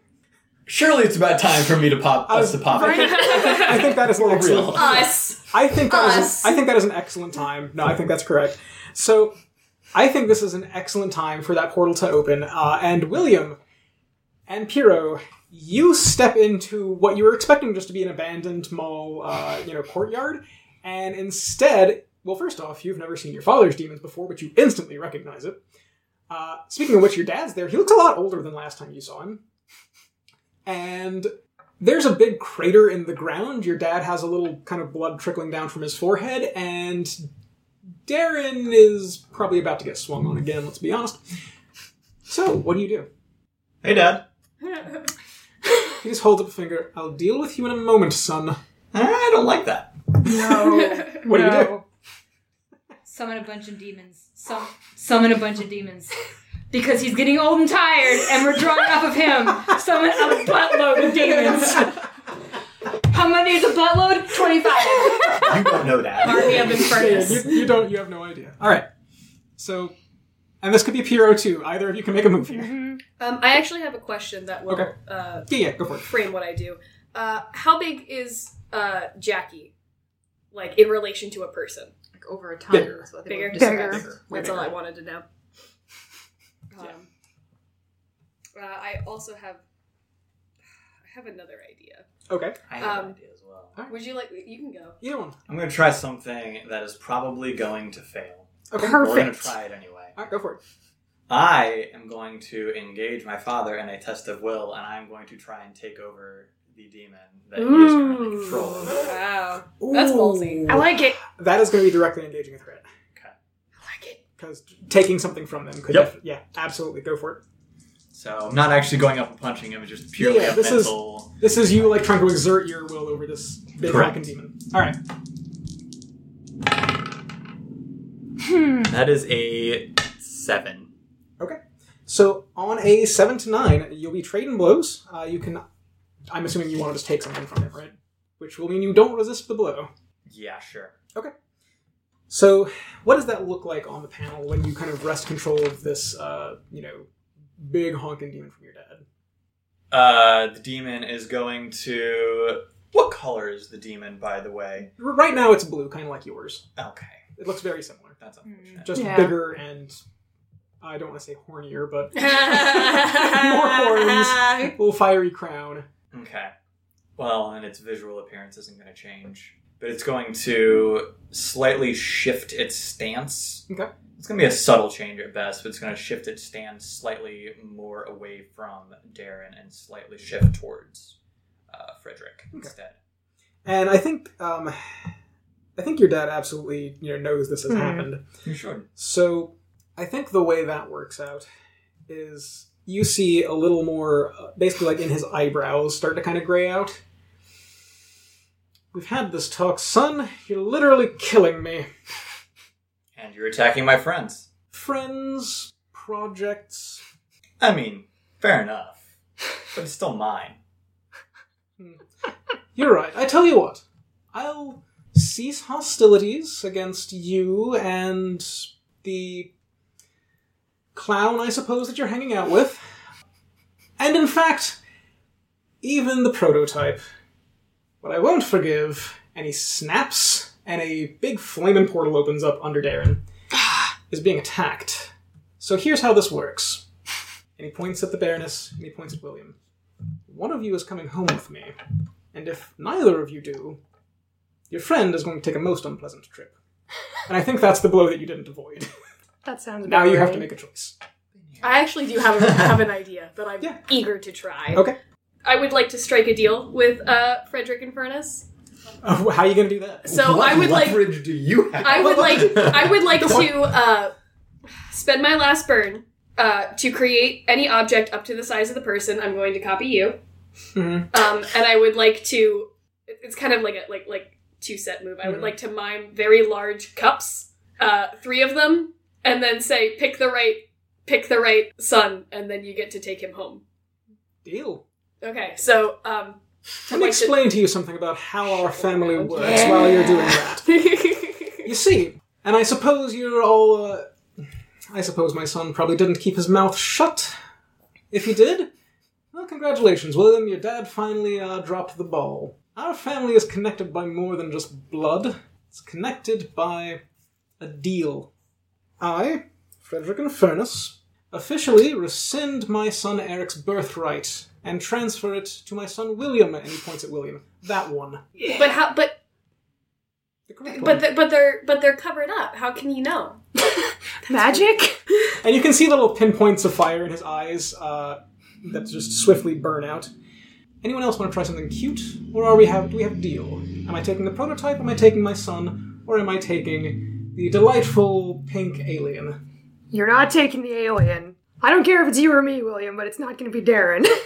Speaker 8: Surely it's about time for me to pop us to pop
Speaker 2: I
Speaker 8: it.
Speaker 2: think, I think- I think that is an excellent.
Speaker 8: real.
Speaker 7: Us.
Speaker 2: I think that is
Speaker 7: Us.
Speaker 2: an, I think that is an excellent time. No, I think that's correct. So, I think this is an excellent time for that portal to open. Uh, and William and Piero, you step into what you were expecting just to be an abandoned mall, uh, you know, courtyard, and instead, well, first off, you've never seen your father's demons before, but you instantly recognize it. Uh, speaking of which, your dad's there. He looks a lot older than last time you saw him. And there's a big crater in the ground. Your dad has a little kind of blood trickling down from his forehead, and Darren is probably about to get swung on again, let's be honest. So, what do you do?
Speaker 8: Hey, Dad.
Speaker 2: He just holds up a finger. I'll deal with you in a moment, son.
Speaker 8: I don't like that.
Speaker 4: No.
Speaker 2: What do you do?
Speaker 7: Summon a bunch of demons. Sum- summon a bunch of demons. Because he's getting old and tired, and we're drawing off of him. Summon a buttload of demons. How many is a buttload? Twenty-five.
Speaker 8: You don't know that.
Speaker 7: Army of Infernus.
Speaker 2: You, you don't. You have no idea. All right. So, and this could be Piero too. Either of you can make a move here.
Speaker 6: Um, I actually have a question that will
Speaker 2: Okay.
Speaker 6: uh,
Speaker 2: Yeah, yeah. Go for it.
Speaker 6: frame what I do. Uh, how big is uh, Jackie, like in relation to a person?
Speaker 7: Like over a ton.
Speaker 2: Bigger.
Speaker 7: is what they
Speaker 6: Bigger,
Speaker 7: were
Speaker 4: Bigger.
Speaker 7: describing.
Speaker 2: Way
Speaker 6: That's all I
Speaker 2: bigger.
Speaker 6: wanted to know. Um, uh, I also have. I have another idea.
Speaker 2: Okay.
Speaker 8: I have
Speaker 6: Um,
Speaker 8: an idea as well.
Speaker 6: Would you like? You can go.
Speaker 2: Either one.
Speaker 8: I'm going to try something that is probably going to fail.
Speaker 2: Okay.
Speaker 8: But We're going to
Speaker 4: Perfect.
Speaker 8: try it anyway.
Speaker 2: All right. Go for it.
Speaker 8: I am going to engage my father in a test of will, and I'm going to try and take over the demon that he is currently
Speaker 4: Ooh.
Speaker 8: controlling.
Speaker 6: Wow. That's
Speaker 2: Ooh.
Speaker 6: ballsy.
Speaker 4: I like it.
Speaker 2: That is going to be directly engaging a threat.
Speaker 8: Okay.
Speaker 2: I like it. Because taking something from them could.
Speaker 8: Yep.
Speaker 2: def- yeah. Absolutely. Go for it.
Speaker 8: So I'm not actually going up and punching him; it's just purely
Speaker 2: Yeah,
Speaker 8: a
Speaker 2: this is-
Speaker 8: mental.
Speaker 2: This is you like trying to exert your will over this big
Speaker 8: Correct.
Speaker 2: fucking demon. All right.
Speaker 8: That is a seven.
Speaker 2: Okay. So on a seven to nine, you'll be trading blows. Uh, you can. I'm assuming you want to just take something from it, right? Which will mean you don't resist the blow.
Speaker 8: Yeah, sure.
Speaker 2: So, what does that look like on the panel when you kind of wrest control of this, uh, you know, big honking demon from your dad?
Speaker 8: Uh, the demon is going to. What color is the demon, by the way?
Speaker 2: R- Right now, it's blue, kind of like yours.
Speaker 8: Okay,
Speaker 2: It looks very similar,
Speaker 8: that's unfortunate.
Speaker 2: Hmm. just
Speaker 4: Yeah.
Speaker 2: bigger and I don't want to say hornier, but more horns, little fiery crown.
Speaker 8: Okay. Well, and its visual appearance isn't going to change, but it's going to slightly shift its stance.
Speaker 2: Okay.
Speaker 8: It's going to be a subtle change at best, but it's going to shift its stance slightly more away from Darren and slightly shift towards uh, Frederick instead.
Speaker 2: And I think, um, I think your dad absolutely, you know, knows this has
Speaker 4: Mhm.
Speaker 2: happened.
Speaker 8: You should.
Speaker 2: So I think the way that works out is you see a little more, uh, basically, like in his eyebrows start to kind of gray out. We've had this talk, son. You're literally killing me.
Speaker 8: And you're attacking my friends.
Speaker 2: Friends, projects.
Speaker 8: I mean, Fair enough. But it's still mine.
Speaker 2: You're right. I tell you what, I'll cease hostilities against you and the clown, I suppose, that you're hanging out with. And in fact, even the prototype. What I won't forgive, and he snaps, and a big flaming portal opens up under Darren, is being attacked. So here's how this works. And he points at the Baroness, and he points at William. One of you is coming home with me. And if neither of you do, your friend is going to take a most unpleasant trip. And I think that's the blow that you didn't avoid.
Speaker 4: That sounds
Speaker 2: now
Speaker 4: about
Speaker 2: you have
Speaker 4: right.
Speaker 2: to make a choice.
Speaker 6: I actually do have, a, have an idea that I'm
Speaker 2: Yeah.
Speaker 6: eager to try.
Speaker 2: Okay.
Speaker 6: I would like to strike a deal with uh, Frederick Infernus.
Speaker 2: Oh, how are you going to do that?
Speaker 6: So I would like
Speaker 5: leverage do you have?
Speaker 6: I would like I would like to uh, spend my last burn uh, to create any object up to the size of the person. I'm going to copy you,
Speaker 2: Mhm.
Speaker 6: um, and I would like to. it- It's kind of like a like like two set move. I
Speaker 2: Mm-hmm.
Speaker 6: would like to mime very large cups, uh, three of them, and then say pick the right pick the right son, and then you get to take him home.
Speaker 2: Deal.
Speaker 6: Okay, so um,
Speaker 2: Let me
Speaker 6: like to-
Speaker 2: explain to you something about how our family works while you're doing that. You see, and I suppose you're all. Uh, I suppose my son probably didn't keep his mouth shut. If he did, well, congratulations, William. Your dad finally uh, dropped the ball. Our family is connected by more than just blood, it's connected by a deal. I, Frederick Infernus, officially rescind my son Eric's birthright and transfer it to my son William. And he points at William. That one.
Speaker 6: but how but
Speaker 2: The correct one.
Speaker 6: but the, but they're but they're covered up. How can you know?
Speaker 4: Magic?
Speaker 2: And you can see little pinpoints of fire in his eyes uh, that just swiftly burn out. Anyone else want to try something cute, or are we have do we have a deal? Am I taking the prototype? Am I taking my son? Or am I taking the delightful pink alien?
Speaker 4: You're not taking the alien. I don't care if it's you or me, William, but it's not going to be Darren.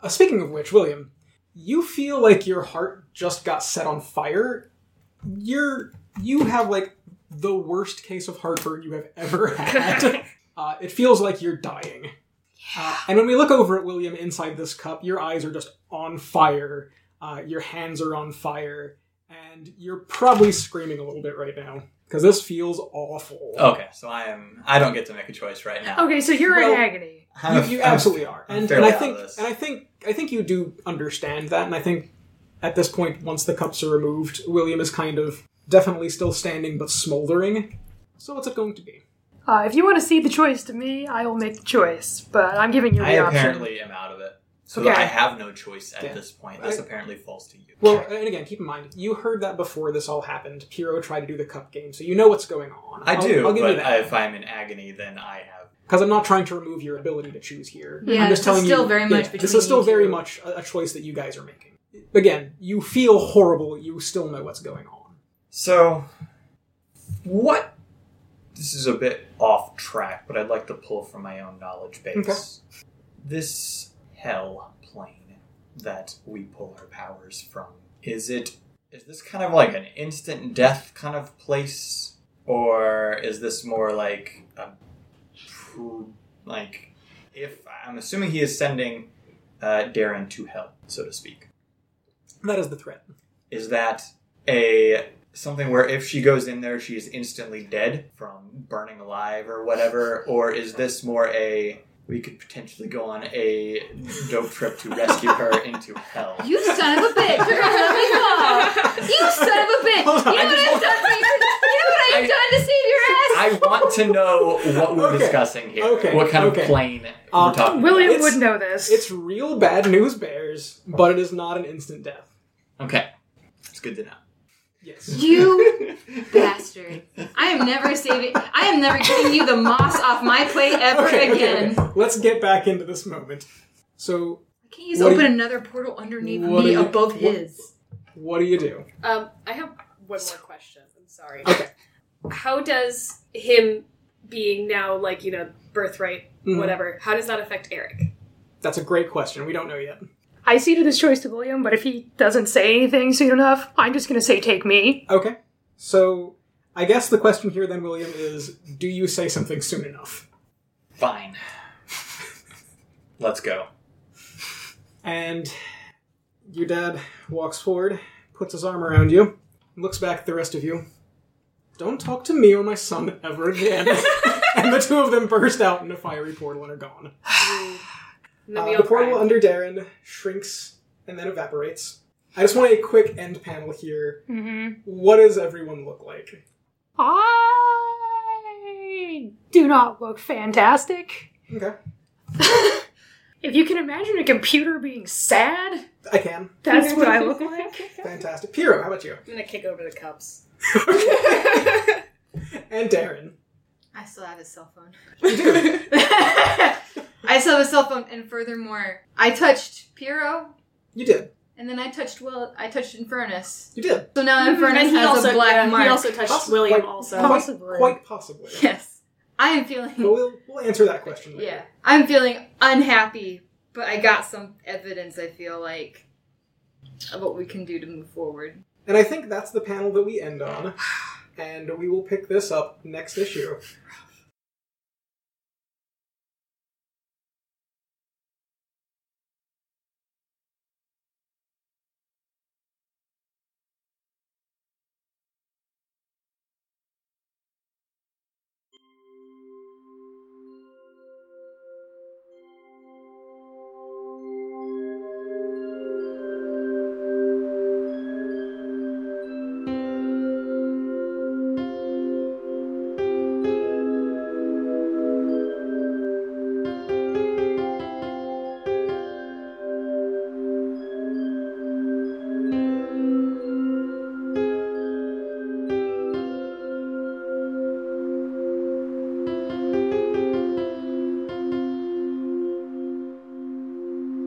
Speaker 2: Uh, speaking of which, William, you feel like your heart just got set on fire. You're you have like the worst case of heartburn you have ever had. uh, it feels like you're dying. Uh, and when we look over at William inside this cup, your eyes are just on fire. Uh, your hands are on fire, and you're probably screaming a little bit right now because this feels awful.
Speaker 8: Okay, so I am. I don't get to make a choice right
Speaker 6: Oh,
Speaker 8: now.
Speaker 4: okay, so you're
Speaker 2: Well-
Speaker 4: in agony.
Speaker 8: I'm a-
Speaker 2: you, you
Speaker 8: I'm a-
Speaker 2: absolutely are,
Speaker 8: I'm
Speaker 2: and, and
Speaker 8: fairly
Speaker 2: I
Speaker 8: out of
Speaker 2: think
Speaker 8: this.
Speaker 2: and I think I think you do understand that, and I think at this point, once the cups are removed, William is kind of definitely still standing but smoldering. So what's it going to be?
Speaker 4: Uh, if you want to see the choice to me, I will make the choice, but I'm giving you the
Speaker 8: I
Speaker 4: option.
Speaker 8: apparently am out of it. So
Speaker 4: Okay.
Speaker 8: I have no choice at
Speaker 2: Yeah.
Speaker 8: this point. This
Speaker 2: I-
Speaker 8: apparently falls to you.
Speaker 2: Well, and again, keep in mind you heard that before this all happened. Piero tried to do the cup game, so you know what's going on.
Speaker 8: I
Speaker 2: I'll-
Speaker 8: do,
Speaker 2: I'll give you
Speaker 8: but
Speaker 2: that
Speaker 8: if I'm in agony, then I have.
Speaker 2: because I'm not trying to remove your ability to choose here.
Speaker 7: Yeah,
Speaker 2: I'm just
Speaker 7: this
Speaker 2: telling
Speaker 7: is still
Speaker 2: you,
Speaker 7: very much
Speaker 2: yeah, this
Speaker 7: between
Speaker 2: is still
Speaker 7: you two.
Speaker 2: very much a, a choice that you guys are making. Again, you feel horrible. You still know what's going on.
Speaker 8: So, what? This is a bit off track, but I'd like to pull from my own knowledge base. This hell plane that we pull our powers from is it? Is this kind of like an instant death kind of place, or is this more like a pr- like? If I'm assuming he is sending uh, Darren to hell, so to speak
Speaker 2: That is the threat.
Speaker 8: is that a something where if she goes in there she is instantly dead from burning alive or whatever or is this more a we could potentially go on a dope trip to rescue her into hell
Speaker 7: You son of a bitch! You're gonna let me go! You son of a bitch!
Speaker 2: Hold on,
Speaker 7: you
Speaker 2: I
Speaker 7: know what I've done for you? You know what I've
Speaker 8: I-
Speaker 7: done to save your ass?
Speaker 8: i want to know what we're
Speaker 2: Okay.
Speaker 8: discussing here
Speaker 2: Okay.
Speaker 8: what kind
Speaker 2: Okay.
Speaker 8: of plane
Speaker 2: Um,
Speaker 8: we're talking
Speaker 4: William
Speaker 2: It's-
Speaker 4: would know this.
Speaker 2: It's real bad news bears, but it is not an instant death.
Speaker 8: about okay it's good to know
Speaker 2: Yes.
Speaker 7: You bastard. I am never saving. I am never giving you the moss off my plate ever
Speaker 2: Okay,
Speaker 7: again.
Speaker 2: okay, okay. Let's get back into this moment. So,
Speaker 7: I can't just
Speaker 2: What do
Speaker 7: open
Speaker 2: you-
Speaker 7: another portal underneath
Speaker 2: what do
Speaker 7: me
Speaker 2: you-
Speaker 7: above
Speaker 2: what-
Speaker 7: his.
Speaker 2: what do you do?
Speaker 6: Um, I have one more question. I'm sorry.
Speaker 2: Okay.
Speaker 6: How does him being now like you know birthright
Speaker 2: Mhm.
Speaker 6: whatever? How does that affect Eric?
Speaker 2: That's a great question. We don't know yet.
Speaker 4: I see to this choice to William, but if he doesn't say anything soon enough, I'm just going to say take me.
Speaker 2: Okay. So, I guess the question here then, William, is do you say something soon enough?
Speaker 8: fine Let's go.
Speaker 2: And your dad walks forward, puts his arm around you, looks back at the rest of you. Don't talk to me or my son ever again. and the two of them burst out in a fiery portal and are gone.
Speaker 6: And then
Speaker 2: Uh,
Speaker 6: we all
Speaker 2: the portal
Speaker 6: cried.
Speaker 2: under Darren shrinks and then evaporates. I just want a quick end panel here.
Speaker 4: Mm-hmm.
Speaker 2: What does everyone look like?
Speaker 4: I do not look fantastic.
Speaker 2: Okay,
Speaker 4: If you can imagine a computer being sad,
Speaker 2: I can.
Speaker 4: that's what I look like.
Speaker 2: Fantastic. Piero, how about you?
Speaker 9: I'm gonna kick over the cups.
Speaker 2: And Darren.
Speaker 7: I still have his cell phone. I still have his cell phone, and furthermore, I touched Piero,
Speaker 2: You did.
Speaker 7: and then I touched Will. I touched Infernus.
Speaker 2: You did.
Speaker 7: So now Infernus
Speaker 9: Mm-hmm. he
Speaker 7: has
Speaker 9: also,
Speaker 7: a black
Speaker 9: yeah,
Speaker 7: mark.
Speaker 9: He also touched
Speaker 2: Possibly.
Speaker 9: William.
Speaker 2: Like-
Speaker 9: also,
Speaker 2: Quite,
Speaker 4: Possibly.
Speaker 2: Quite possibly.
Speaker 7: yes, I am feeling.
Speaker 9: Oh.
Speaker 2: But we'll, we'll answer that question later.
Speaker 7: Yeah. I'm feeling unhappy, but I got some evidence, I feel like, of what we can do to move forward.
Speaker 2: And I think that's the panel that we end on. And we will pick this up next issue.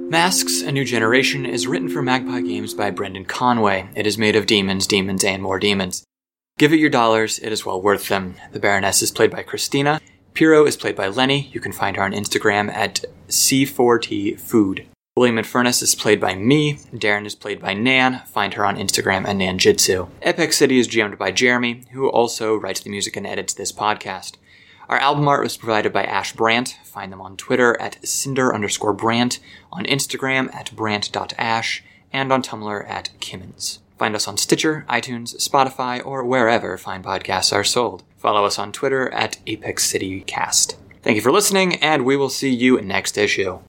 Speaker 10: Masks A New Generation is written for Magpie Games by Brendan Conway. It is made of demons, demons, and more demons. Give it your dollars, it is well worth them. The Baroness is played by Christina. Piro is played by Lenny. You can find her on Instagram at C4TFood. William Infernus is played by me. Darren is played by Nan. Find her on Instagram at Nanjitsu. Epic City is GM'd by Jeremy, who also writes the music and edits this podcast. Our album art was provided by Ash Brandt. Find them on Twitter at cinder underscore Brandt, on Instagram at brandt.ash, and on Tumblr at Kimmins. Find us on Stitcher, iTunes, Spotify, or wherever fine podcasts are sold. Follow us on Twitter at Apex City Cast. Thank you for listening, and we will see you next issue.